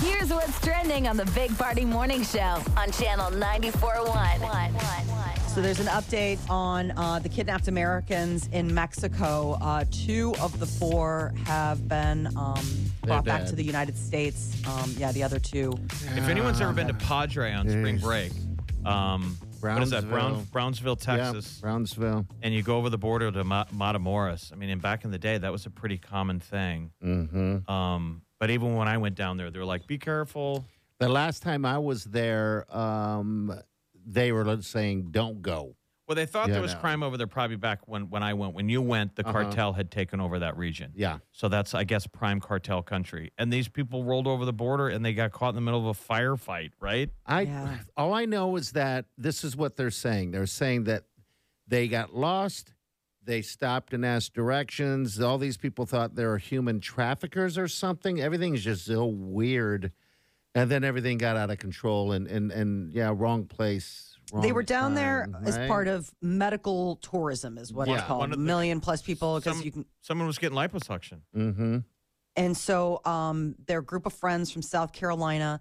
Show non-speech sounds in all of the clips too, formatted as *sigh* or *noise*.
Here's what's trending on the Big Party Morning Show on Channel 94.1. So there's an update on uh, the kidnapped Americans in Mexico. Uh, two of the four have been um, brought back dead. to the United States. Um, yeah, the other two. If anyone's ever been to Padre on spring Jeez. break, um, what is that? Brown, Brownsville, Brownsville. Texas, Yeah, Brownsville. and you go over the border to Ma- Matamoros. I mean, and back in the day, that was a pretty common thing. Mm-hmm. Um, but even when I went down there, they were like, "Be careful." The last time I was there, um, they were saying, don't go. Well, they thought Yeah, there was no. crime over there probably back when when I went. When you went, the Uh-huh. cartel had taken over that region. Yeah. So that's, I guess, prime cartel country. And these people rolled over the border and they got caught in the middle of a firefight, right? I Yeah. all I know is that this is what they're saying. They're saying that they got lost, they stopped and asked directions. All these people thought they were human traffickers or something. Everything's just so weird. And then everything got out of control and and and yeah, wrong place. Wrong They were down there time, as right? part of medical tourism, is what it's Yeah. called. One A of the- million plus people because Some- you can Someone was getting liposuction. Mhm. And so um, their group of friends from South Carolina,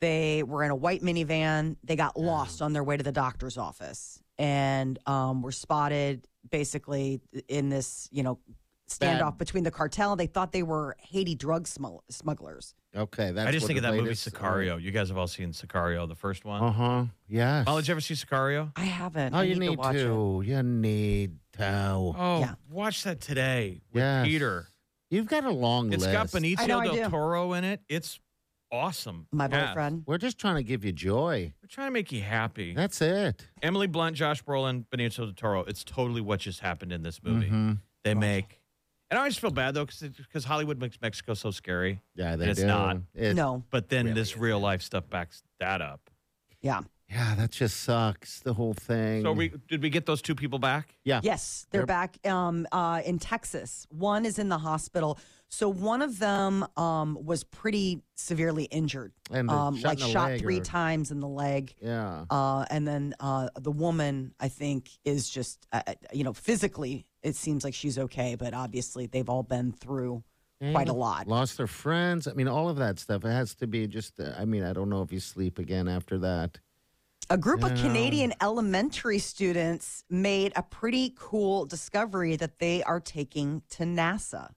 they were in a white minivan. They got lost on their way to the doctor's office and um, were spotted basically in this, you know, standoff Bad. between the cartel. They thought they were Haiti drug smugg- smugglers. Okay, that's I just what think of the that movie latest- uh, Sicario. You guys have all seen Sicario, the first one. Uh-huh. Yes. Molly, did you ever see Sicario? I haven't. Oh, I you need to. need watch it. to. You need to. Oh, Yeah. watch that today with Yes. Peter. You've got a long It's list. got I Benicio know, I del do. Toro in it. It's awesome. My Yeah. boyfriend. We're just trying to give you joy. We're trying to make you happy. That's it. Emily Blunt, Josh Brolin, Benicio del Toro. It's totally what just happened in this movie. Mhm. They make, and I always feel bad though because Hollywood makes Mexico so scary. Yeah, they And it's do. not. It- no. But then Really this real life stuff backs that up. Yeah. Yeah, that just sucks. The whole thing. So we did we get those two people back? Yeah. Yes, they're, They're- back um, uh, in Texas. One is in the hospital. So one of them um, was pretty severely injured, And a um, shot like in the shot leg three or- times in the leg. Yeah. Uh, and then uh, the woman, I think, is just, uh, uh, you know, physically, it seems like she's okay, but obviously they've all been through quite a Yeah. lot. Lost their friends. I mean, all of that stuff. It has to be just. Uh, I mean, I don't know if you sleep again after that. A group of Yeah. Canadian elementary students made a pretty cool discovery that they are taking to NASA.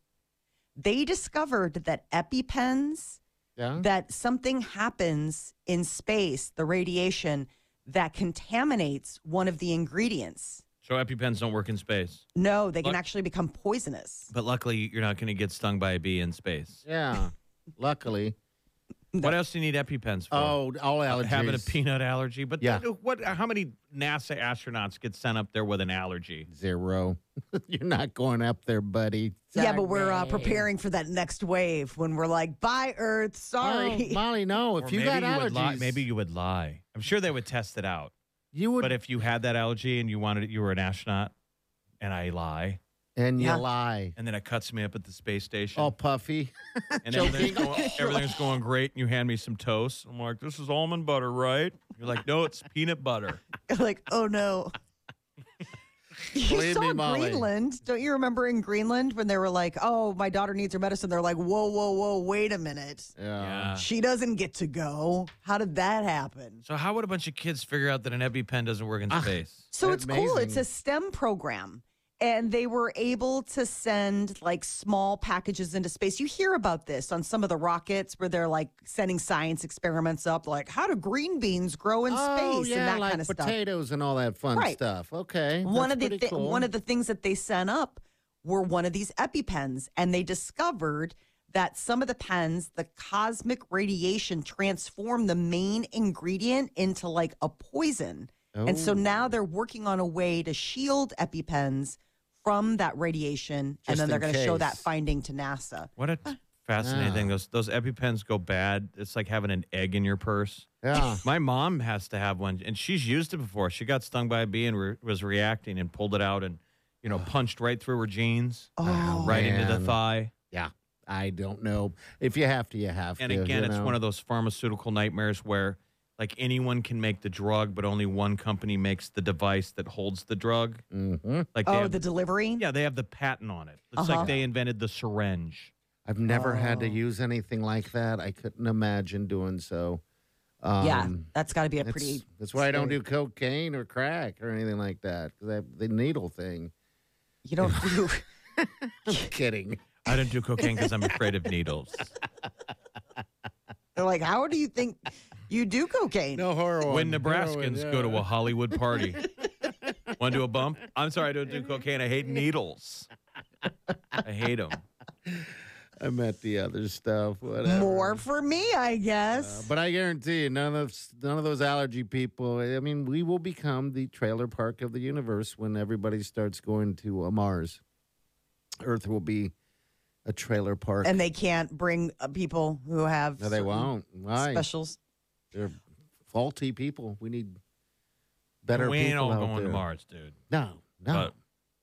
They discovered that EpiPens, Yeah. that something happens in space, the radiation that contaminates one of the ingredients. So EpiPens don't work in space. No, they can Look. actually become poisonous. But luckily, you're not going to get stung by a bee in space. *laughs* yeah. Luckily. What else do you need EpiPens for? Oh, all Uh, allergies. having a peanut allergy. But Yeah. th- what? How many NASA astronauts get sent up there with an allergy? Zero. *laughs* You're not going up there, buddy. Yeah, but we're uh, preparing for that next wave when we're like, bye, Earth, Oh, sorry. Molly, *laughs* no. Or If you maybe got would lie, allergies, maybe you would lie. I'm sure they would test it out. you would. But if you had that allergy and you wanted, you were an astronaut, and I lie, and you Yeah. lie, and then it cuts me up at the space station. all *laughs* puffy. and everything's going, everything's going great, and you hand me some toast. I'm like, this is almond butter, right? You're like, no, it's peanut *laughs* butter. *laughs* like, oh no. You Believe saw me, Molly. Greenland. Don't you remember in Greenland when they were like, oh, my daughter needs her medicine? They're like, whoa, whoa, whoa, wait a minute. Oh. Yeah. She doesn't get to go. How did that happen? So how would a bunch of kids figure out that an EpiPen doesn't work in Ah. space? So it's cool. It's Amazing. a STEM program. And they were able to send like small packages into space. You hear about this on some of the rockets where they're like sending science experiments up, like how do green beans grow in oh, space yeah, and that like kind of stuff. potatoes and all that fun Right. stuff. Okay. one that's of the pretty thi- cool. one of the things that they sent up were one of these EpiPens, and they discovered that some of the pens, the cosmic radiation transformed the main ingredient into like a poison, and so Oh. now they're working on a way to shield EpiPens from that radiation, Just and then they're in going to show that case. finding to NASA. What a Fascinating. Ah. Those those EpiPens go bad. It's like having an egg in your purse. *laughs* Yeah. My mom has to have one, and she's used it before. She got stung by a bee and re- was reacting, and pulled it out, and you know, punched right through her jeans, Oh, right into the man. thigh. Yeah. I don't know. If you have to, you have And to. again, you it's know? one of those pharmaceutical nightmares where like anyone can make the drug, but only one company makes the device that holds the drug. Mhm. Like they Oh, have, the delivery? yeah, they have the patent on it. It's Uh-huh. like they invented the syringe. I've never had to Oh. use anything like that. I couldn't imagine doing so. yeah, Um, that's got to be a that's, pretty. that's why I don't scary- do cocaine or crack or anything like that. 'cause that- the needle thing. You *laughs* don't *laughs* do. Kidding. I don't do cocaine because I'm afraid of needles. They're like, how do you think you do cocaine? No Oh, heroin. When Nebraskans go to a Hollywood *laughs* party, want to do a bump? I'm sorry, I don't do cocaine. I hate needles. I hate them. I'm at the other stuff. Whatever. More for me, I Uh, guess. but I guarantee you, none of none of those allergy people. I mean, we will become the trailer park of the universe when everybody starts going to uh, Mars. Earth will be a trailer park. and they can't bring uh, people who have no, they certain won't. Why? specials. They're faulty people. We need better we people. ain't all out going there. to Mars, dude. No, no.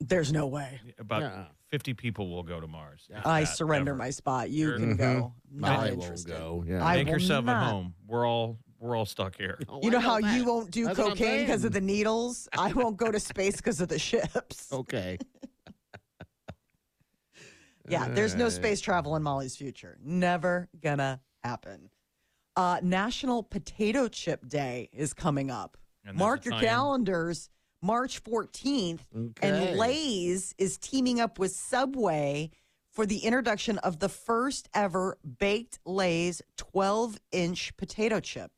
There's no way. But about Yeah. 50 people will go to Mars. if I that surrender ever. my spot. You Sure. can go. Not Mm-hmm. I won't interested. go. Yeah. I Make will yourself not. at home. We're all we're all *laughs* stuck here. Oh, You I know how you that. won't do That's what I'm cocaine because of the saying. needles? I won't go to space because of the ships. Okay. Yeah, there's no Alright. space travel in Molly's future. Never gonna happen. Uh, National Potato Chip Day is coming up. And there's Mark your Italian. calendars, March 14th. Okay. And Lay's is teaming up with Subway for the introduction of the first ever baked Lay's 12 inch potato chip.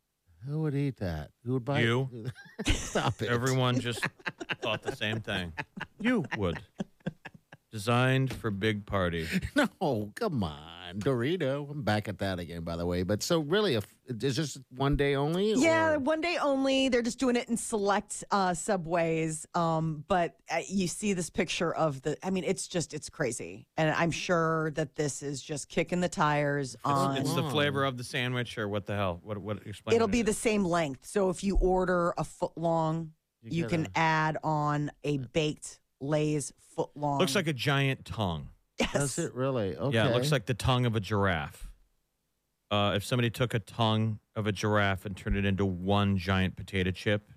Who would eat that? Who would buy You. it? *laughs* Stop it. Everyone just thought the *laughs* same thing. You would. Designed for big party. *laughs* No, come on, Dorito. I'm back at that again, by the way. But so really, if is this one day only? Yeah, or- one day only. They're just doing it in select uh, subways. Um, but uh, you see this picture of the. I mean, it's just it's crazy, and I'm sure that this is just kicking the tires on. It's the Wow. flavor of the sandwich or what the hell? What what explain It'll it be is. the same length. So if you order a foot long, you, get can a- add on a baked Lay's foot long. Looks like a giant tongue. yes. That's it, really? Okay. Yeah, it looks like the tongue of a giraffe. Uh, if somebody took a tongue of a giraffe and turned it into one giant potato chip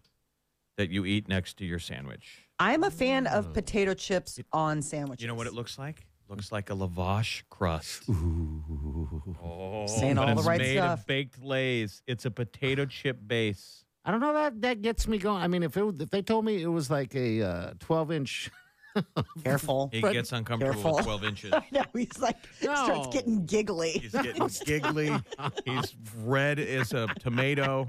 that you eat next to your sandwich. I'm a fan of potato chips on sandwiches. Oh. You know what it looks like? Hmm? Looks like a lavash crust. Oh, Saying but all the it's right made stuff. Of baked lays. It's a potato chip base. I don't know that that gets me going. I mean, if it if they told me it was like a uh, 12 inch, Careful. He *laughs* Fred, gets uncomfortable careful. with 12 inches. No, he's like starts No. getting giggly. *laughs* He's getting giggly. He's red as a tomato.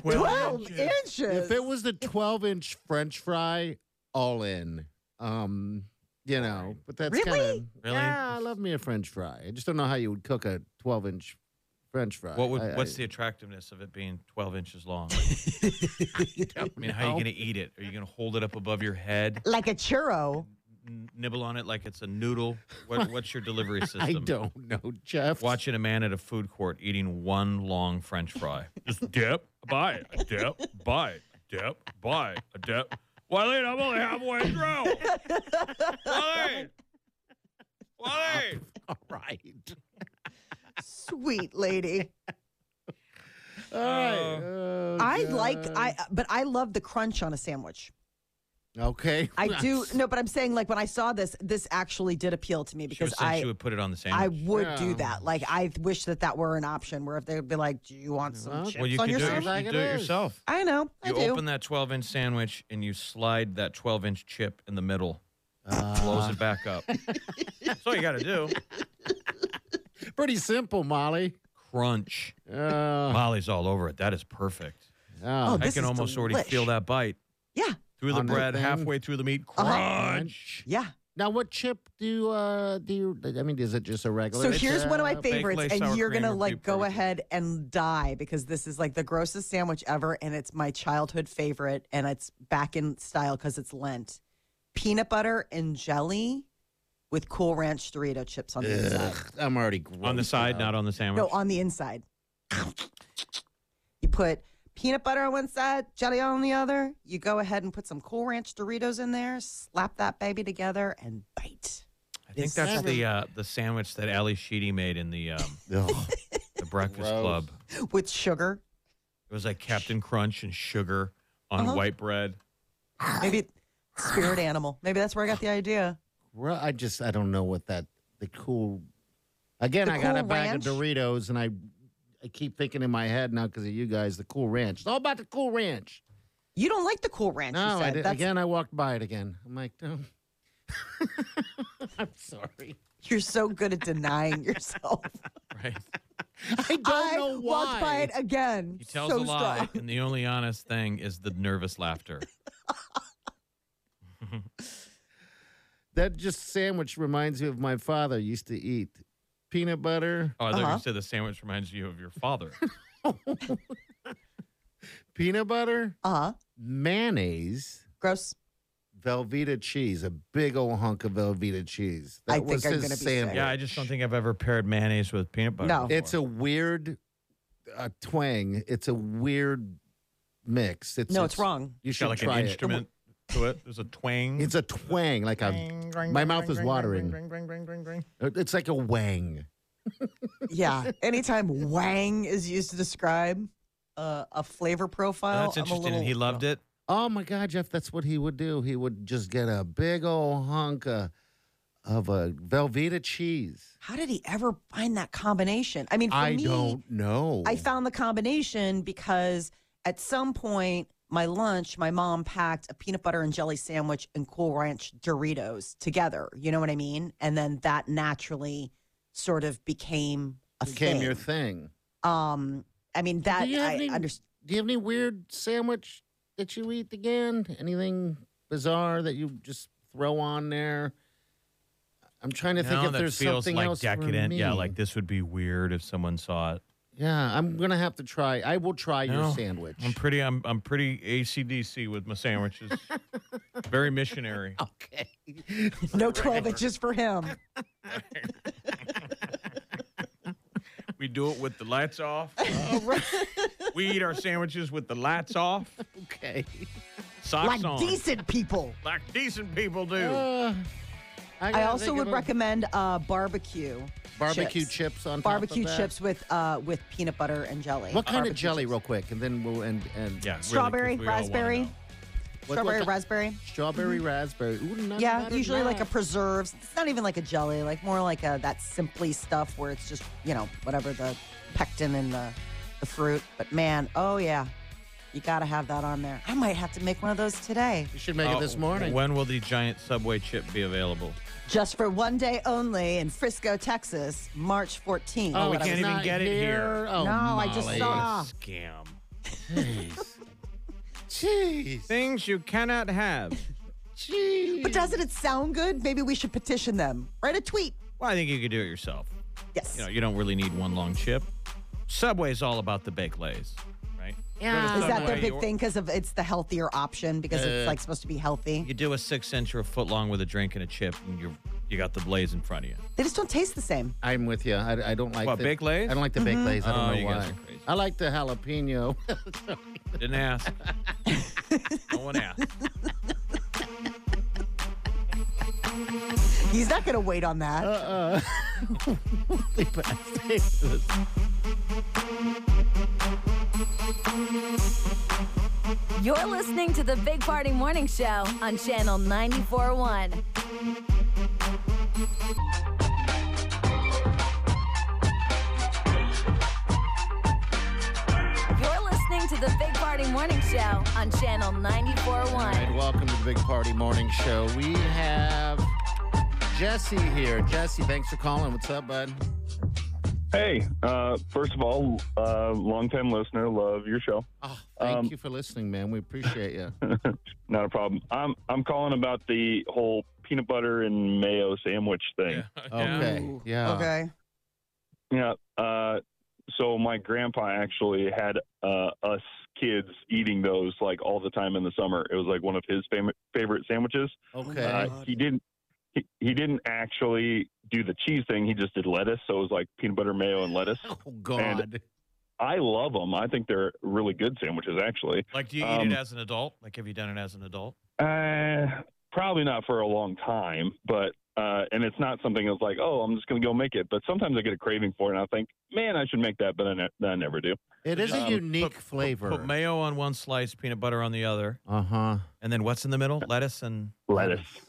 12 inches. if it was the 12 inch French fry, all in. Um, you know, but that's Really? Kinda, Really? Yeah, I love me a French fry. I just don't know how you would cook a 12 inch French fry. What would, I- what's I- the attractiveness of it being 12 inches *laughs* long? I mean, how are you know. going to eat it? Are you going to hold it up above your head, like a churro. n- nibble on it like it's a noodle? *laughs* What, what's your delivery system? I don't know, Jeff. watching a man at a food court eating one long French fry. *laughs* Just dip, bite, dip, bite, dip, bite, dip. Wylene, I'm only halfway through. Wylene, Wylene. *laughs* All right. Sweet *laughs* lady. All right. Uh, Oh, I like God. I but I love the crunch on a sandwich. Okay. I *laughs* do no, but I'm saying like when I saw this, this actually did appeal to me She was because saying I she would put it on the I sandwich. would do Yeah. that. Like I wish that that were an option where if they'd be like, "Do you want some Well, chips well, you on can do your it, yourself? you sandwich?" Like can it do it is. yourself. I know. I You do. open that 12 inch sandwich and you slide that 12 inch chip in the middle, Uh, blows it back up. That's all you got to do. Pretty simple, Molly. Crunch. *laughs* Uh, Molly's all over it. That is perfect. oh, this I can is almost already feel delish. that bite. yeah. through the On the bread, thing. halfway through the meat. Uh-huh. Crunch. Yeah. Now, what chip do you, uh, do you, I mean, is it just a regular? So it's, here's one of my uh, favorites, lace, and sour you're cream, gonna or like beef go burger. ahead and die because this is like the grossest sandwich ever, and it's my childhood favorite, and it's back in style because it's Lent. Peanut butter and jelly with Cool Ranch Dorito chips on the inside. Ugh, I'm already grossed on the side, out. not on the sandwich. No, on the inside. You put peanut butter on one side, jelly on the other. You go ahead and put some Cool Ranch Doritos in there, slap that baby together, and bite. I think This that's is- the uh, the sandwich that Ali Sheedy made in the um, *laughs* Ugh. the Breakfast Gross. Club. With sugar. It was like Captain Crunch and sugar on Uh-huh. *laughs* white bread. Maybe spirit animal. Maybe that's where I got the idea. Ru- I just I don't know what that the cool. Again, The I got a Cool bag Ranch? of Doritos, and I I keep thinking in my head now because of you guys, the Cool Ranch. It's all about the Cool Ranch. You don't like the Cool Ranch, you No, I said. did, That's- again, I walked by it again. I'm like, no. *laughs* I'm sorry. You're so good at denying *laughs* yourself. Right? I don't I know walked by why. it again. He tells so a lie, strong. and the only honest thing is the nervous laughter. That just sandwich reminds me of my father used to eat peanut butter, Oh, I thought Uh-huh. you said the sandwich reminds you of your *laughs* father. peanut butter, Uh huh. mayonnaise, Gross. Velveeta cheese, a big old hunk of Velveeta cheese. That I think was I'm his gonna be sick. sandwich. yeah, I just don't think I've ever paired mayonnaise with peanut butter. No. It's a weird uh, twang. It's a weird mix. It's, No, it's wrong. You got should like an try it. instrument to it. There's a twang. *laughs* It's a twang, like a. My mouth is watering. Uh, It's like a wang. *laughs* Yeah. Anytime wang is used to describe uh, a flavor profile, that's I'm a interesting. little- and he loved it. Oh my God, Jeff! That's what he would do. He would just get a big old hunk of, of a Velveeta cheese. How did he ever find that combination? I mean, for I me, don't know. I found the combination because at some point, my lunch, my mom packed a peanut butter and jelly sandwich and Cool Ranch Doritos together. You know what I mean? And then that naturally sort of became a became thing. your thing. um, I mean that Do you have I any- understand. Do you have any weird sandwich that you eat again? Anything bizarre that you just throw on there? I'm trying to think No, if that there's feels something like else for decadent. Yeah, me. like this would be weird if someone saw it. Yeah, I'm gonna have to try. I will try No, your sandwich. I'm pretty. I'm I'm pretty ACDC with *laughs* my sandwiches. Very missionary. *laughs* okay. No twelve inches for *laughs* him. We do it with the *laughs* lights off. we eat our sandwiches with the lights off. okay. Socks like on. decent people. Like decent people do. Uh, I gotta also think would of a- recommend uh, barbecue. barbecue chips. chips, on top of Barbecue that. chips with uh, with peanut butter and jelly. What kind Barbecue of jelly, chips. real quick, and then we'll end. end. yeah. really, 'cause Strawberry, we all wanna raspberry. know. What- what Strawberry ki- raspberry. Strawberry raspberry. Ooh, nothing Mm-hmm. Yeah, better than usually like a that. preserves. It's not even like a jelly, like more like a that simply stuff where it's just you know whatever the pectin and the the fruit. But man, oh yeah, you gotta have that on there. I might have to make one of those today, You should make Oh, it this morning. When will the giant Subway chip be available? just for one day only in Frisco, Texas, March 14th. Oh, we it's can't even not get it here. Oh, No, I just Molly. saw. Ah. Scam. Jeez. Jeez. Things you cannot have. *laughs* Jeez. But doesn't it sound good? Maybe we should petition them. Write a tweet. Well, I think you could do it yourself. Yes. You know, you don't really need one long chip. Subway's all about the baked lays, right? Yeah. Is that Subway, their big you- Uh, thing because of it's the healthier option because it's like supposed to be healthy? You do a six inch or a foot long with a drink and a chip, and you you got the blaze in front of you. They just don't taste the same. I'm with you. I, I don't like What, the baked lays? I don't like the Mm-hmm. baked lays. I Oh, don't know you guys why. are crazy. I like the jalapeno. *laughs* Didn't ask. no one asked. He's not going to wait on that. But I taste this. You're listening to the Big Party Morning Show on Channel 94.1. You're listening to the Big Party Morning Show on Channel All 94.1. right, welcome to the Big Party Morning Show. We have Jesse here. Jesse, thanks for calling. What's up, bud? Hey, uh, first of all, uh, longtime listener, love your show. *laughs* Oh, thank Um, you for listening, man. We appreciate you. Not a problem. I'm I'm calling about the whole peanut butter and mayo sandwich *laughs* thing. Okay. Ooh, Yeah. Okay. Yeah. uh, so my grandpa actually had uh, us kids eating those like all the time in the summer. It was like one of his fam- favorite sandwiches. Okay. Uh, he didn't. he, he didn't actually do the cheese thing. He just did lettuce. So it was like peanut butter, mayo, and lettuce. Oh God. I love them. I think they're really good sandwiches, actually. Like, do you eat Um, it as an adult? Like, have you done it as an adult? Uh, probably not for a long time, but uh, and it's not something that's like, oh, I'm just gonna go make it. But sometimes I get a craving for it, and I think, man, I should make that, but I, ne- I never do. It is a Um, unique Put- put- flavor. Put mayo on one slice, peanut butter on the other, uh huh. and then what's in the middle? Lettuce and Lettuce.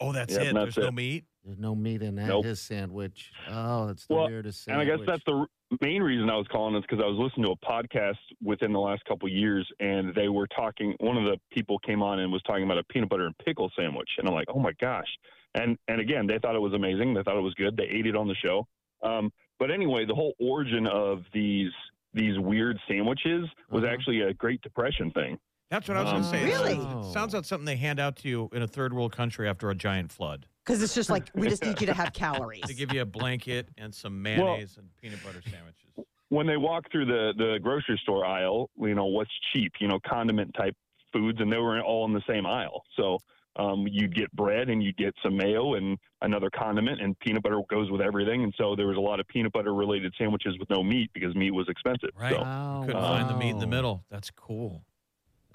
oh, that's Yep, it. that's There's no it. meat. There's no meat in that Nope. his sandwich. Oh, that's the Well, weirdest And I sandwich. guess that's the r- main reason I was calling is because I was listening to a podcast within the last couple years, and they were talking. One of the people came on and was talking about a peanut butter and pickle sandwich, and I'm like, oh my gosh! And and again, they thought it was amazing. They thought it was good. They ate it on the show. Um, but anyway, the whole origin of these these weird sandwiches was Uh-huh. actually a Great Depression thing. That's what I was Um, gonna say. Really? Sounds, sounds like something they hand out to you in a third world country after a giant flood. Because it's just like, we just need you to have calories. They give you a blanket *laughs* and some mayonnaise and peanut butter sandwiches. when they walk through the the grocery store aisle, you know what's cheap, you know condiment type foods, and they were all in the same aisle. So um, you'd get bread and you'd get some mayo and another condiment, and peanut butter goes with everything. And so there was a lot of peanut butter related sandwiches with no meat because meat was expensive. Right. So, Oh, Couldn't find the meat in the wow. middle. That's cool.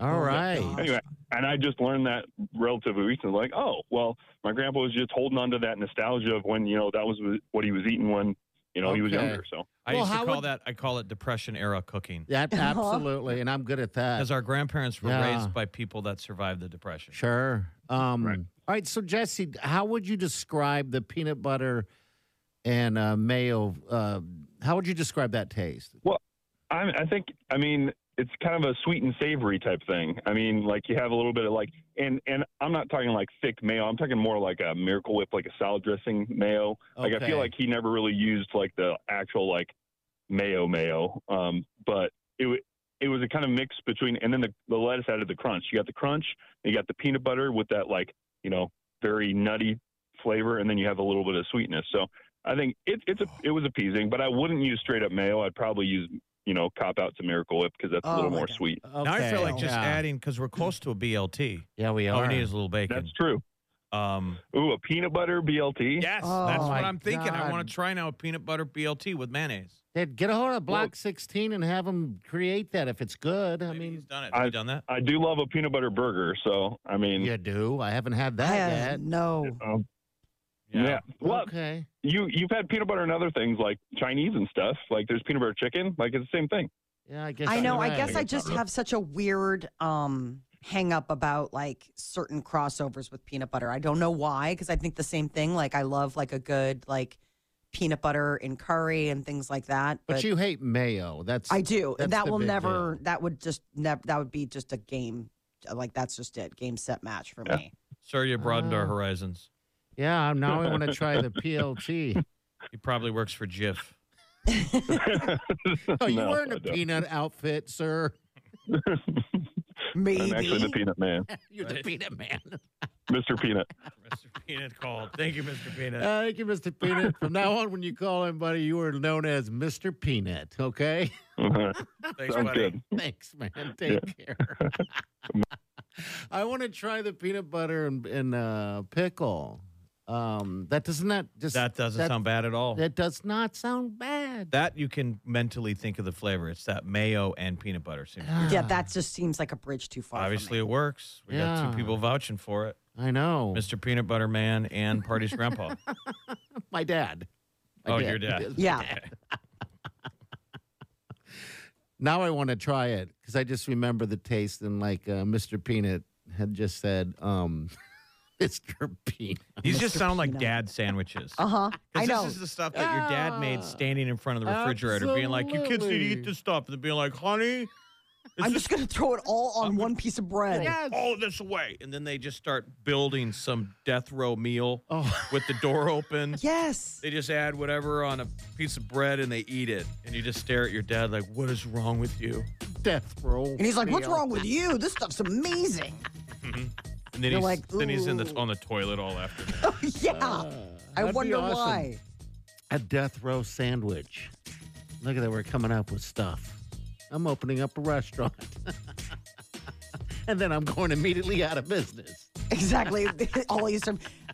All right. anyway, and I just learned that relatively recently. Like, oh well, my grandpa was just holding on to that nostalgia of when you know that was what he was eating when you know he was Okay. younger. So I Well, used how to call would- that I call it depression era cooking. *laughs* That absolutely, and I'm good at that. Because Uh-huh. our grandparents were Yeah. raised by people that survived the depression. Sure. Um, Right. All right. So Jesse, how would you describe the peanut butter and uh, mayo? Uh, how would you describe that taste? I, I think I mean it's kind of a sweet and savory type thing. I mean, like you have a little bit of like, and and I'm not talking like thick mayo. I'm talking more like a Miracle Whip, like a salad dressing mayo. Like I Okay. feel like he never really used like the actual like mayo mayo, um, but it wa- it was a kind of mix between, and then the, the lettuce added the crunch. You got the crunch, you got the peanut butter with that like you know very nutty flavor, and then you have a little bit of sweetness. So. I think it, it's a, it was appeasing, but I wouldn't use straight up mayo. I'd probably use you know, cop out to Miracle Whip because that's a Oh, little my more God. sweet. Okay. Now I feel like just yeah. adding because we're close to a BLT. Yeah, we All are. we need is a little bacon. That's true. Um, Ooh, a peanut butter BLT. yes, Oh that's my what I'm thinking. I God. want to try now a peanut butter BLT with mayonnaise. Ted, get a hold of Block 16 and have them create that if it's good. I Maybe he's mean, done it. Have I- you done that? I do love a peanut butter burger, so I mean, you do. I haven't had I that have yet. no. um, yeah. Well, okay. you you've had peanut butter and other things like Chinese and stuff. Like there's peanut butter chicken. Like it's the same thing. Yeah, I guess. I know. you're I guess right. I just have such a weird um hang up about like certain crossovers with peanut butter. I don't know why, because I think the same thing. Like I love like a good like peanut butter in curry and things like that. But, you hate mayo. That's I do. that's And that the will big never that would just never that would be just a game like that's just it. Game set match for Yeah. me. Sorry, you broadened our Oh. horizons. Yeah, now I want to *laughs* try the PLT. He probably works for JIF. *laughs* Oh, you No, were in I a don't. peanut outfit, sir. *laughs* *laughs* Maybe I'm actually the peanut man, You're the Right. *laughs* peanut man. Mr. Peanut. *laughs* Mr. Peanut called. Thank you, Mr. Peanut. Uh, thank you, Mr. Peanut. From now on, when you call him, buddy, you are known as Mr. Peanut. Okay. Uh-huh. Thanks, Sounds buddy. good. *laughs* Thanks, man. Take care. *laughs* I want to try the peanut butter and, and uh, pickle. Um, that doesn't that just That doesn't sound bad at all. That, That does not sound bad. you can mentally think of the flavor. It's that mayo and peanut butter. Seems Yeah, *laughs* Ah, that just seems like a bridge too far. for me. Obviously, it works. We got Yeah. two people vouching for it I know. Mr. Peanut Butter Man and Party's Grandpa. My dad. My Oh, your dad. Yes. Yeah. *laughs* Now I want to try it because I just remember the taste and like uh, Mr. Peanut had just said, um, *laughs* Mr. Peanut. These just Mr. sound like Peanut. dad sandwiches. Uh huh. I 'Cause know. This is the stuff that your dad Ah, made standing in front of the refrigerator, being like, "You kids need to eat absolutely. this stuff," and being like, "Honey, I'm just gonna throw it all on one piece of bread. Yes. all of this away," and then they just start building some death row meal Oh. *laughs* with the *laughs* door open. Yes. They just add whatever on a piece of bread and they eat it, and you just stare at your dad like, "What is wrong with you?" death roll. And he's like, "What's meal." wrong with you? This stuff's amazing." *laughs* And then You're he's like, then he's in the "Ooh." on the toilet all *laughs* afternoon. yeah. I Uh, that'd be wonder awesome. why. A death row sandwich. Look at that. We're coming up with stuff. I'm opening up a restaurant. *laughs* and then I'm going immediately out of business. Exactly. *laughs* all these.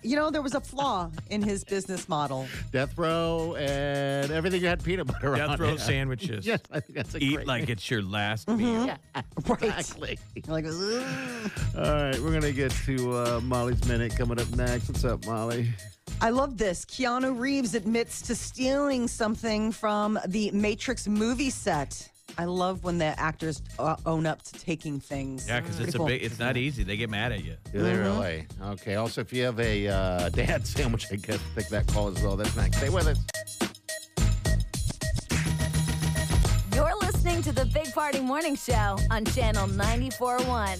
You know, there was a flaw in his business model. Death row and everything you had peanut butter on. Death row *laughs* it. *laughs* sandwiches. Yes, I think that's a Eat great like name. it's your last Mm-hmm. meal. Right. Exactly. Like, "Ugh." All right, we're going to get to uh, Molly's Minute coming up next. What's up, Molly? I love this. Keanu Reeves admits to stealing something from the Matrix movie set. I love when the actors uh, own up to taking things. Yeah, because Pretty it's a cool. big. It's not easy. They get mad at you. Do they really? Okay. Also, if you have a uh, dad *laughs* sandwich, I guess take that call as well. That's next. Stay with us. You're listening to the Big Party Morning Show on Channel 941.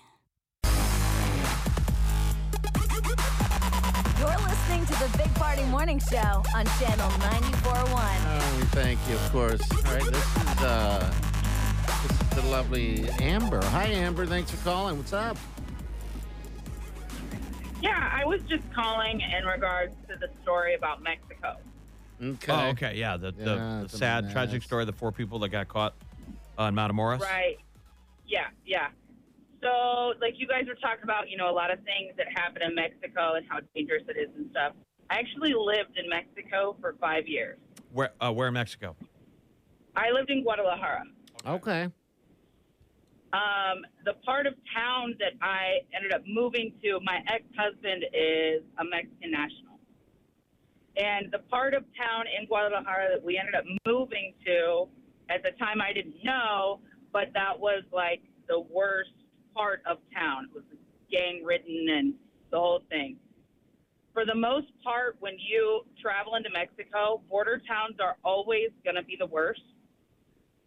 You're listening to the Big Party Morning Show on Channel 941. Oh, we thank you, of course. All right, this is uh, this is the lovely Amber. Hi, Amber. Thanks for calling. What's up? Yeah, I was just calling in regards to the story about Mexico. Okay. Oh, okay. Yeah. The, Yeah, the, it's the a sad, tragic mess. story of the four people that got caught on Mount Amoris. Right. Yeah, yeah. So, like, you guys were talking about, you know, a lot of things that happen in Mexico and how dangerous it is and stuff. I actually lived in Mexico for five years. Where, uh, where in Mexico? I lived in Guadalajara. Okay. Um, the part of town that I ended up moving to, my ex husband is a Mexican national. And the part of town in Guadalajara that we ended up moving to, at the time I didn't know, but that was like the worst part of town. It was gang ridden and the whole thing. For the most part, when you travel into Mexico, border towns are always going to be the worst.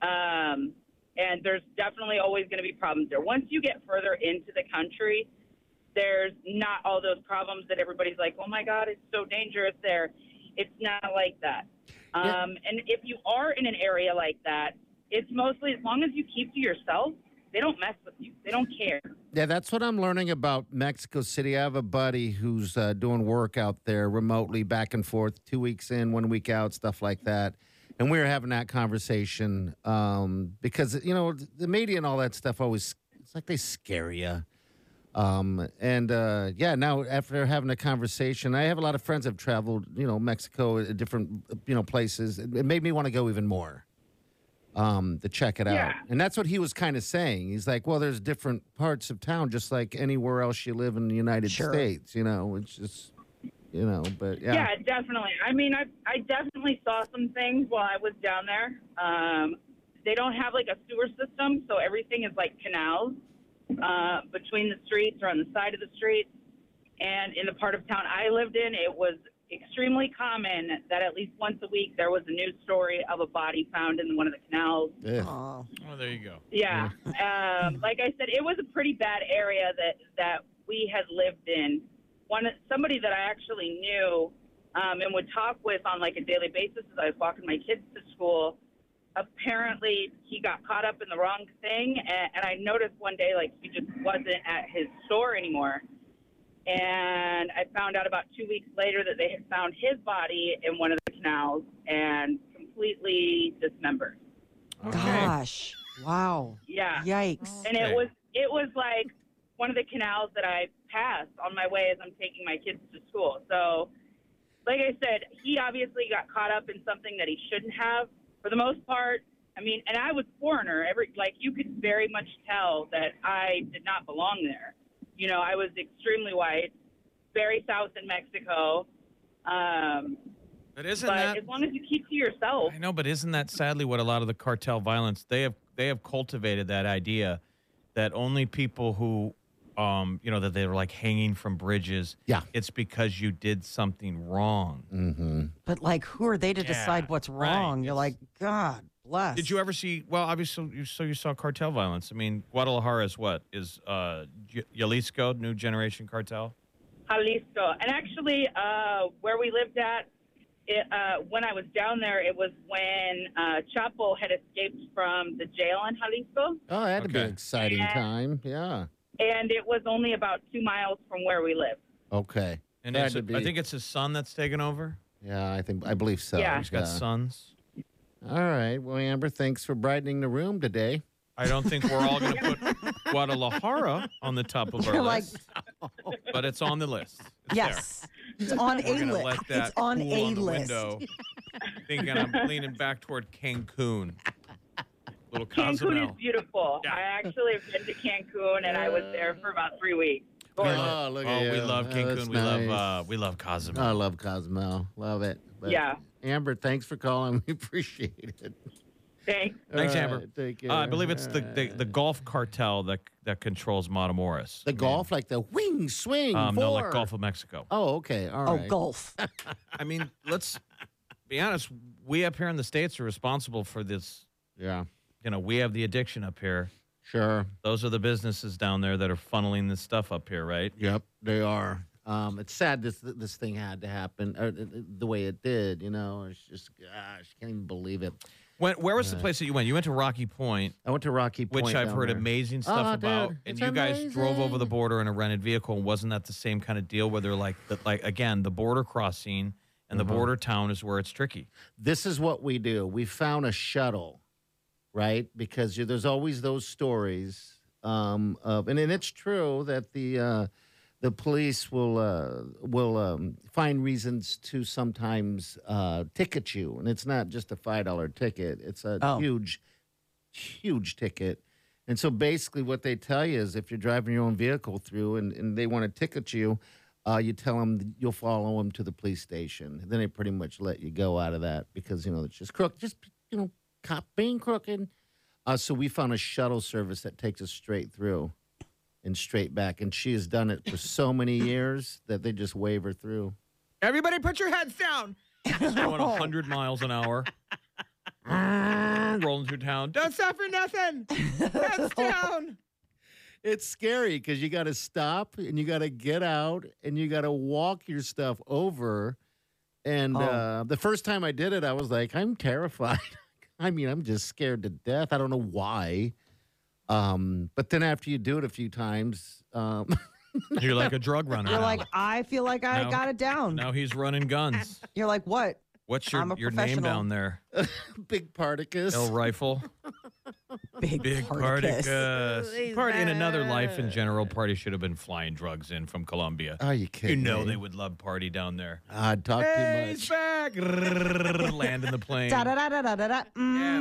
Um, and there's definitely always going to be problems there. Once you get further into the country, there's not all those problems that everybody's like, oh my God, it's so dangerous there. It's not like that. Yeah. Um, and if you are in an area like that, it's mostly as long as you keep to yourself, they don't mess with you. They don't care. Yeah, that's what I'm learning about Mexico City. I have a buddy who's uh, doing work out there remotely, back and forth, two weeks in, one week out, stuff like that. And we were having that conversation um, because you know the media and all that stuff always it's like they scare you. Um, and uh, yeah, now after having a conversation, I have a lot of friends have traveled, you know, Mexico, uh, different you know places. It, it made me want to go even more um, to check it out. Yeah. And that's what he was kind of saying. He's like, well, there's different parts of town, just like anywhere else you live in the United Sure. States. You know, it's just, you know, but yeah, Yeah, definitely. I mean, I I definitely saw some things while I was down there. Um, they don't have like a sewer system, so everything is like canals uh, between the streets or on the side of the streets. And in the part of town I lived in, it was extremely common that at least once a week there was a news story of a body found in one of the canals. Ugh. Oh, Oh, there you go. Yeah. Um, like I said, it was a pretty bad area that that we had lived in. One somebody that I actually knew um, and would talk with on like a daily basis as I was walking my kids to school. Apparently, he got caught up in the wrong thing, and, and I noticed one day like he just wasn't at his store anymore. And I found out about two weeks later that they had found his body in one of the canals and completely dismembered. gosh. Wow. Yeah. Yikes. and Okay. it was it was like one of the canals that I passed on my way as I'm taking my kids to school. So, like I said, he obviously got caught up in something that he shouldn't have. For the most part, I mean, and I was foreigner. Every like you could very much tell that I did not belong there. You know, I was extremely white, very south in Mexico. Um, But isn't but that as long as you keep to yourself, I know, but isn't that sadly what a lot of the cartel violence they have they have cultivated that idea that only people who um you know that they're like hanging from bridges Yeah. it's because you did something wrong Mm-hmm. But like, who are they to decide what's right. wrong? You're It's- like, God bless. did you ever see well obviously you so you saw cartel violence i mean guadalajara is what is uh Y- jalisco new generation cartel Jalisco. And actually, uh, where we lived at, it, uh, when I was down there, it was when uh, Chapo had escaped from the jail in Jalisco, Oh, that would be an Okay. exciting Yeah. time. Yeah. and it was only about two miles from where we lived. Okay. and That it's- would be- i think it's his son that's taken over Yeah, I think I believe so. Yeah. he's got sons All right. Well, Amber, thanks for brightening the room today. i don't think we're all going *laughs* to put guadalajara on the top of our You're like- list but it's on the list It's there. Yes. It's on We're a gonna list. let that It's on cool a the list. *laughs* window, thinking I'm leaning back toward Cancun. Little Cancun is Cozumel. beautiful. Yeah. I actually have been to Cancun, and I was there for about three weeks. Gorgeous. Oh, look at Oh, we you. love Oh, Cancun. that's We love nice. Ah, uh, we love Cozumel. I love Cosmo. Love it. But Yeah. Amber, thanks for calling. *laughs* We appreciate it. Thanks. Thanks, All Amber. right, take Uh, I care. believe it's All the, the, the right. golf cartel that that controls Mata Morris. the golf, like the wing swing. Um, no, like four. Gulf of Mexico. Oh, okay. All Oh, right. golf. I mean, let's be honest. We up here in the states are responsible for this. Yeah. You know, we have the addiction up here. Sure. Those are the businesses down there that are funneling this stuff up here, right? Yep. They are. Um, it's sad this this thing had to happen or th- th- the way it did. You know, it's just gosh, can't even believe it. When, where was the Right. place that you went? You went to Rocky Point. I went to Rocky Point, which I've down heard there. amazing stuff Oh, about. dude, and it's you guys drove over the amazing. border in a rented vehicle, and wasn't that the same kind of deal where they're like, the, like again, the border crossing and the Uh-huh. border town is where it's *laughs* tricky. this is what we do. We found a shuttle, right? Because you, there's always those stories um, of, and, and it's true that the uh, the police will uh, will um, find reasons to sometimes uh, ticket you, and it's not just a five dollar ticket; it's a Oh. huge, huge ticket. And so basically, what they tell you is if you're driving your own vehicle through and, and they want to ticket you, uh, you tell them you'll follow them to the police station. Then they pretty much let you go out of that because, you know, it's just crook, just, you know, cop being crooked. Uh, so we found a shuttle service that takes us straight through and straight back. And she has done it for so many years that they just wave her through. Everybody, put your heads down. Just going 100 miles an hour. Rolling through town. Don't *laughs* suffer nothing. Heads down. It's scary because you got to stop and you got to get out and you got to walk your stuff over. And Oh. uh, the first time I did it, I was like, I'm terrified. *laughs* I mean, I'm just scared to death. I don't know why. Um, but then after you do it a few times, um, *laughs* You're like a drug runner. You're now. like, I feel like I No. got it down. now he's running guns. You're like, what? What's your, I'm a your name professional. down *laughs* there? big particus. El Rifle? Big, Big Particus. Particus. Party in another life in general. Party should have been flying drugs in from Colombia. Are Oh, you You kidding? know me? they would love party down there. I'd talk Hey, too he's much. back. Land in the plane. Da da da da da da da. Yeah,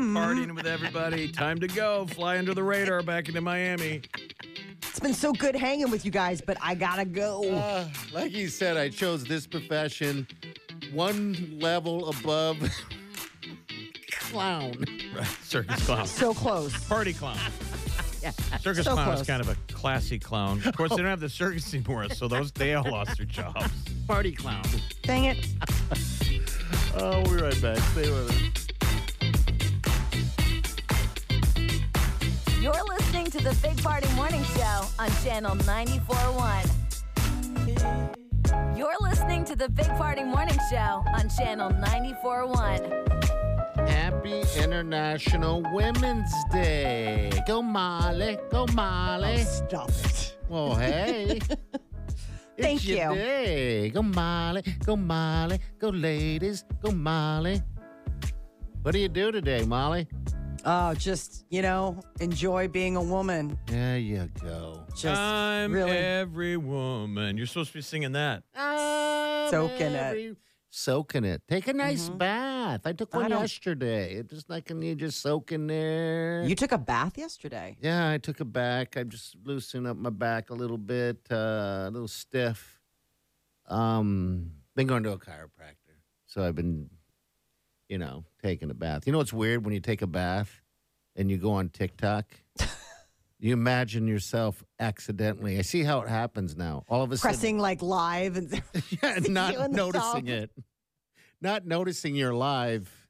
Mm. partying with everybody. Time to go. Fly under the radar back into Miami. It's been so good hanging with you guys, but I gotta go. Uh, like you said, I chose this profession one level above *laughs* clown. Circus clown. So close. Party clown. Circus So clown is close. kind of a classy clown. Of course, they don't have the circus anymore, so those they all lost their jobs. Party clown. Dang it. Oh, we'll be right back. Stay with us. You're listening to the Big Party Morning Show on Channel 94.1. You're listening to the Big Party Morning Show on Channel 94.1. Happy International Women's Day. Go Molly. Go Molly. Stop it. Well, *laughs* hey. Thank it's your you. Day. Go Molly. Go Molly. Go ladies. Go Molly. What do you do today, Molly? Oh, just, you know, enjoy being a woman. There you go. Just I'm really. every woman. You're supposed to be singing that. I'm Soaking it. Mm-hmm. every- soak in it. Take a nice bath. I took I one don't- yesterday. It's just like, and you just soak in there. You took a bath yesterday. yeah, I took a back. I'm just loosening up my back a little bit, uh, a little stiff. Um, been going to a chiropractor, so I've been, you know, taking a bath. You know, it's weird when you take a bath and you go on TikTok. You imagine yourself accidentally. I see how it happens now. All of a sudden, Pressing like live and *laughs* *laughs* yeah, and you in not the noticing tub. it. Not noticing you're live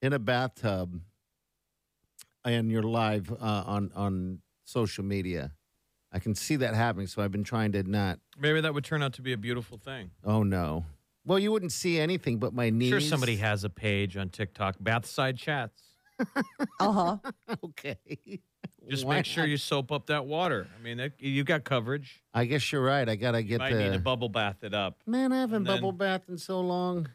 in a bathtub and you're live uh, on on social media. I can see that happening, so I've been trying to not. Maybe that would turn out to be a beautiful thing. Oh no! Well, you wouldn't see anything but my knees. Sure, somebody has a page on TikTok, Bathside Chats. uh huh. *laughs* okay. Just Why make sure not? you soap up that water. I mean, that, you got coverage. I guess you're right. I gotta get Might the need to bubble bath it up. *laughs* man. I haven't and then- bubble bathed in so long.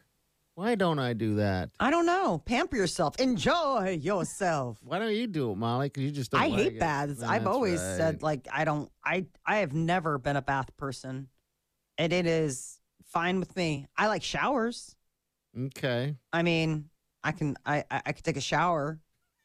Why don't I do that? I don't know. Pamper yourself. Enjoy yourself. Why don't you do it, Molly? Because you just don't I like hate it. baths. I've That's always right. said like I don't I I have never been a bath person. And it is fine with me. I like showers. okay. I mean, I can I I, I could take a shower.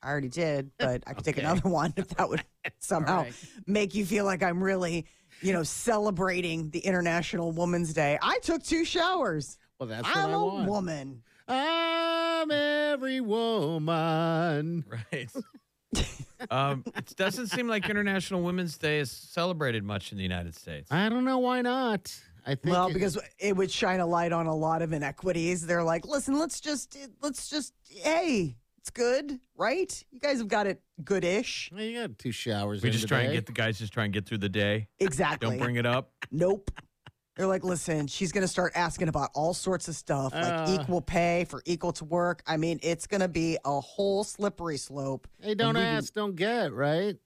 I already *laughs* did, but I could take Okay. another one if *laughs* that would somehow right. make you feel like I'm really, you know, celebrating the International Woman's Day. I took two showers. Well, that's I'm what I a want. woman. I'm every woman. Right. *laughs* um, it doesn't seem like International Women's Day is celebrated much in the United States. I don't know why not. I think Well, it- because it would shine a light on a lot of inequities. They're like, listen, let's just, let's just, hey, it's good, right? You guys have got it goodish. Well, you got two showers. we in just try and today. get the guys just try and get through the day. Exactly. Don't bring it up. Nope. They're like, listen, she's going to start asking about all sorts of stuff, like Uh. equal pay for equal to work. I mean, it's going to be a whole slippery slope. Hey, don't and we do- ask, don't get, right?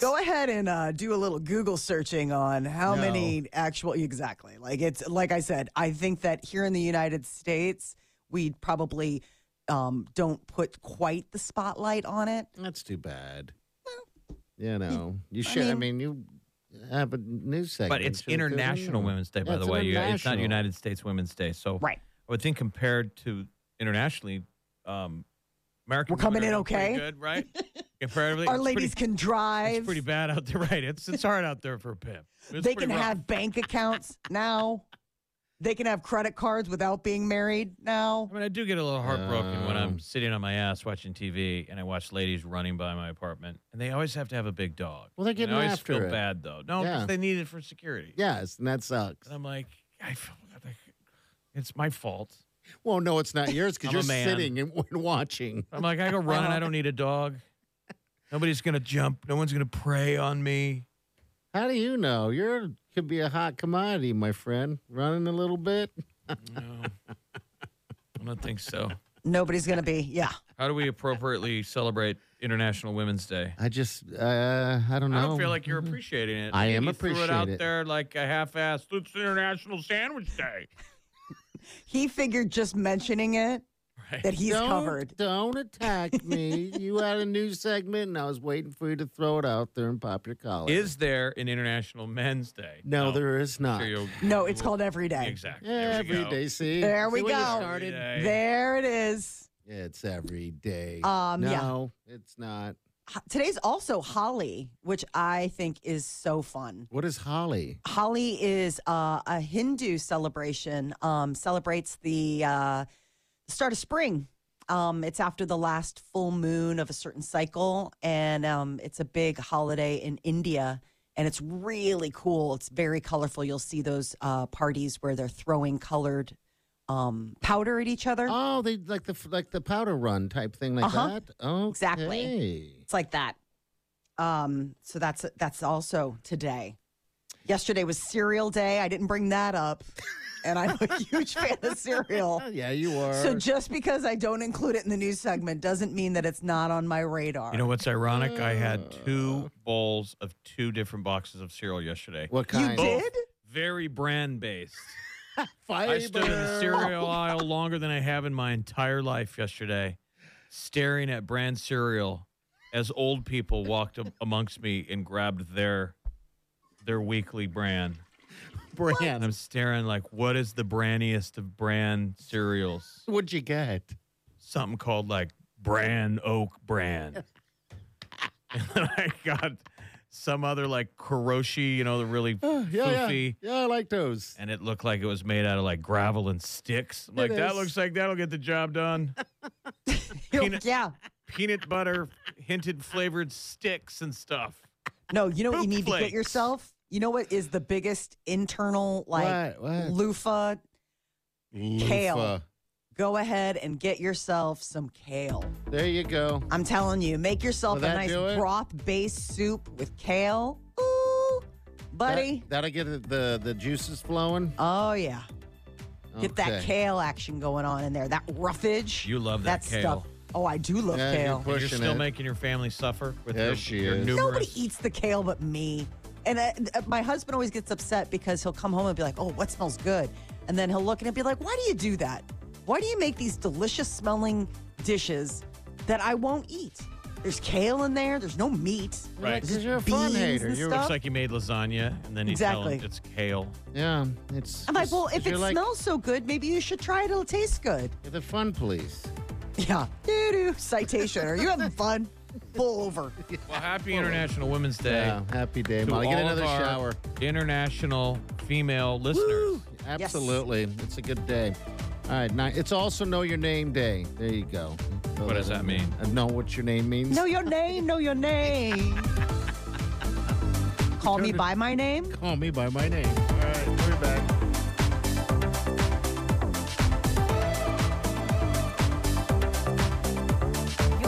Go ahead and uh, do a little Google searching on how No. many actual exactly. Like it's like I said, I think that here in the United States, we probably um, don't put quite the spotlight on it. That's too bad. You know, you I should. I mean, mean- you have a news segment. But it's Should we do it International anyway? Women's Day, by Yeah, the it's way. You- It's not international. United States Women's Day. So Right. I would think compared to internationally, um, American We're coming women in are doing pretty okay. Good, right? Comparatively, Our it's ladies pretty, can It's drive. pretty bad out there, right? It's it's hard out there for a pimp. It's they pretty can rough. have bank accounts now. They can have credit cards without being married now. I mean, I do get a little heartbroken when Oh. I'm sitting on my ass watching TV and I watch ladies running by my apartment, and they always have to have a big dog. Well, they're And I getting always after feel it. bad though. No, 'cause Yeah. they need it for security. Yes, and that sucks. and I'm like, I feel like it's my fault. Well, no, it's not yours because I'm a you're man. sitting and *laughs* and watching. I'm like, I go running. I don't need a dog. Nobody's gonna jump. No one's gonna prey on me. How do you know? You're could be a hot commodity, my friend. Running a little bit. No, I don't think so. Nobody's going to be, yeah. How do we appropriately celebrate International Women's Day? I just, uh, I don't know. I don't feel like you're appreciating it. I You am threw it out appreciate it. there like a half-assed. It's International Sandwich Day. He figured just mentioning it Right. that he's don't, covered. Don't attack *laughs* me. you had a new segment, and I was waiting for you to throw it out there and pop your collar. Is there an International Men's Day? no, there is not. Sure you'll- No, it's called every day. Exactly. There we Every go. day, *laughs* see. There See we where you go. started? Every day. There it is. It's every day. Um, yeah. no, it's not. H- Today's also Holly, which I think is so fun. What is Holly? Holly is uh, a Hindu celebration, um, celebrates the uh, start of spring. Um, it's after the last full moon of a certain cycle, and um, it's a big holiday in India. And it's really cool. It's very colorful. You'll see those uh, parties where they're throwing colored um, powder at each other. Oh, they like the like the powder run type thing like Uh-huh. that. Oh, Exactly. It's like that. Um, so that's that's also today. Yesterday was cereal day. I didn't bring that up, and I'm a *laughs* huge fan of cereal. Oh, Yeah, you are. So just because I don't include it in the news segment doesn't mean that it's not on my radar. You know what's ironic? I Uh. had two bowls of two different boxes of cereal yesterday. what you kind? Oh, did? Oh, Very brand based. Fiber. I stood in the cereal aisle longer than I have in my entire life yesterday, staring at brand cereal as old people walked am- amongst me and grabbed their their weekly brand. brand. I'm staring like, what is the brandiest of brand cereals? What'd you get? Something called like Bran Oak *laughs* Bran. and then I got some other like Kuroshi, you know, the really Oh, yeah, yeah, foofy. yeah. I like those. And it looked like it was made out of like gravel and sticks. I'm like, It that is. looks like that'll get the job done. Peanut- yeah. Peanut butter, hinted flavored sticks and stuff. No, you know what you Fruit need to get flakes. yourself? You know what is the biggest internal like what? what? loofah? kale. Loofah. Go ahead and get yourself some kale. There you go. I'm telling you, make yourself Will a that nice do it? broth-based soup with kale. Ooh, buddy. That, will get the- the the juices flowing. oh yeah. Get that Okay. kale action going on in there. That roughage. You love that kale. stuff. Oh, I do love kale. Yeah, you're And You're pushing still it. making your family suffer with Yeah, your, she your is. numerous. Nobody eats the kale but me. And uh, uh, my husband always gets upset because he'll come home and be like, oh, what smells good? And then he'll look at it and be like, why do you do that? Why do you make these delicious smelling dishes that I won't eat? There's kale in there, there's no meat. Right. There's 'Cause you're a beans fun hater. and You look stuff. It's like you made lasagna and then you tell Exactly. them it's kale. Yeah, it's. I'm like, well, if it you're like, smells so good, maybe you should try it. It'll taste good. you're the fun police. Yeah. Doo-doo. Citation. Are you having fun? Pull over. Well, happy International Women's Day. Yeah, happy day, to Molly. Get all another of our shower. International female listeners. Absolutely, it's a good day. All right, now it's also Know Your Name Day. There you go. What does that mean? Uh, know what your name means. Know your name. Know your name. Call me by my name. Call me by my name. All right, we're back. You're listening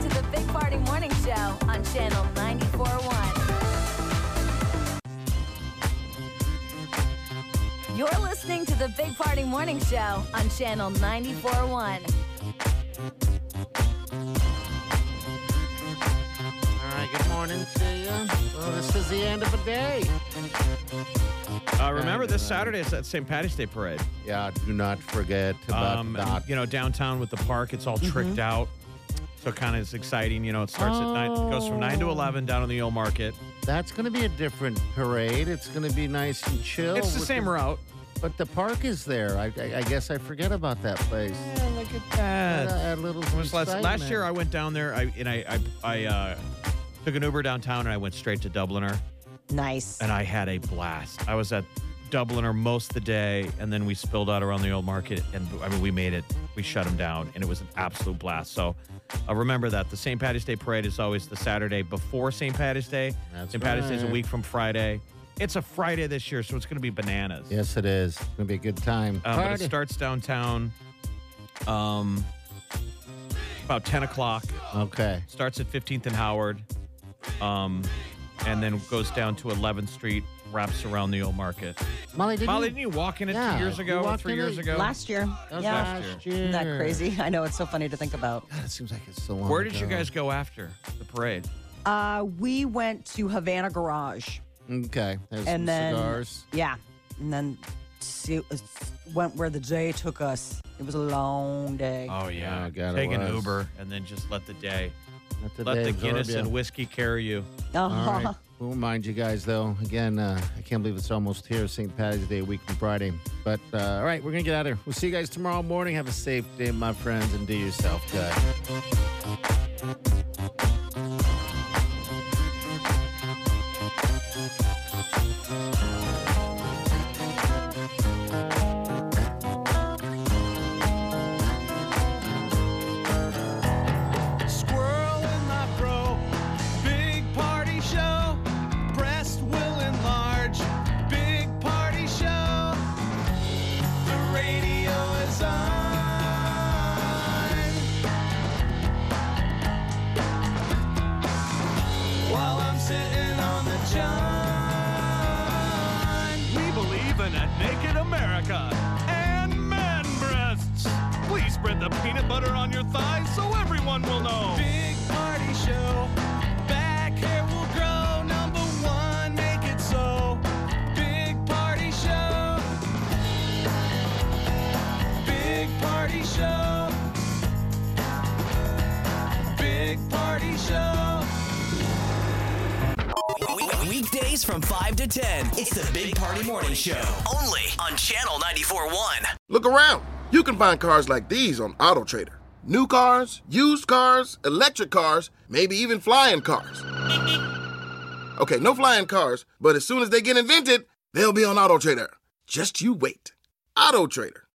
to the Big Party Morning Show on Channel 941. You're listening to the Big Party Morning Show on Channel 941. All right, good morning to you. Well, this is the end of the day. Uh, remember, this Yeah. Saturday is that St. Patty's Day parade. Yeah, do not forget about Um, that. you know, downtown with the park, it's all Mm-hmm. tricked out. So kind of it's exciting. You know, it starts at nine, it goes from nine to Oh. eleven down on the old market. That's going to be a different parade. It's going to be nice and chill. it's the with same route. But the park is there. I, I, I guess I forget about that place. Yeah, look at Add that. a- add a little It was last, last excitement. year uh, I went down there I, and I I, I uh, took an Uber downtown and I went straight to Dubliner Nice. and I had a blast. I was at Dubliner most of the day and then we spilled out around the old market and I mean we made it we shut them down and it was an absolute blast. So uh, remember that the St. Patty's Day parade is always the Saturday before St. Patty's Day. That's St. Patty's Day is a right. week from Friday. It's a Friday this year, so it's going to be bananas. Yes, it is. It's going to be a good time. Um, but Party. it starts downtown um, about 10 o'clock okay. starts at 15th and Howard, um, and then goes down to 11th Street, wraps around the old market. Molly, did Molly, you? didn't you walk in it Yeah, two years you ago or walked three in years it ago? Last year. That was yeah. last year. Isn't that crazy? *laughs* I know it's so funny to think about. God, it seems like it's so long. Where did you ago. guys go after the parade? Uh, we went to Havana Garage, Okay. There's some and then cigars. yeah, and then see, went where the J took us. It was a long day. Oh, yeah, God, it Take an was. Uber and then just let the day, Let the, let day the absorb Guinness you. and whiskey carry you. *laughs* Uh-huh. All right. We'll remind you guys, though. Again, uh, I can't believe it's almost here, St. Patty's Day, a week from Friday. But uh, all right, we're going to get out of here. We'll see you guys tomorrow morning. Have a safe day, my friends, and do yourself good. Squirrel in my bro, big party show. Breast will enlarge, big party show. The radio is on. While I'm sitting on the john. We believe in a naked America and man breasts. Please spread the peanut butter on your thighs so everyone will know. Big party show. Back hair will grow. Number one, make it so. Big party show. Big Weekdays from 5 to 10. It's the Big Party Morning Show. Only on Channel 94.1. Look around. You can find cars like these on AutoTrader. New cars, used cars, electric cars, maybe even flying cars. Okay, no flying cars, but as soon as they get invented, they'll be on AutoTrader. Just you wait. AutoTrader.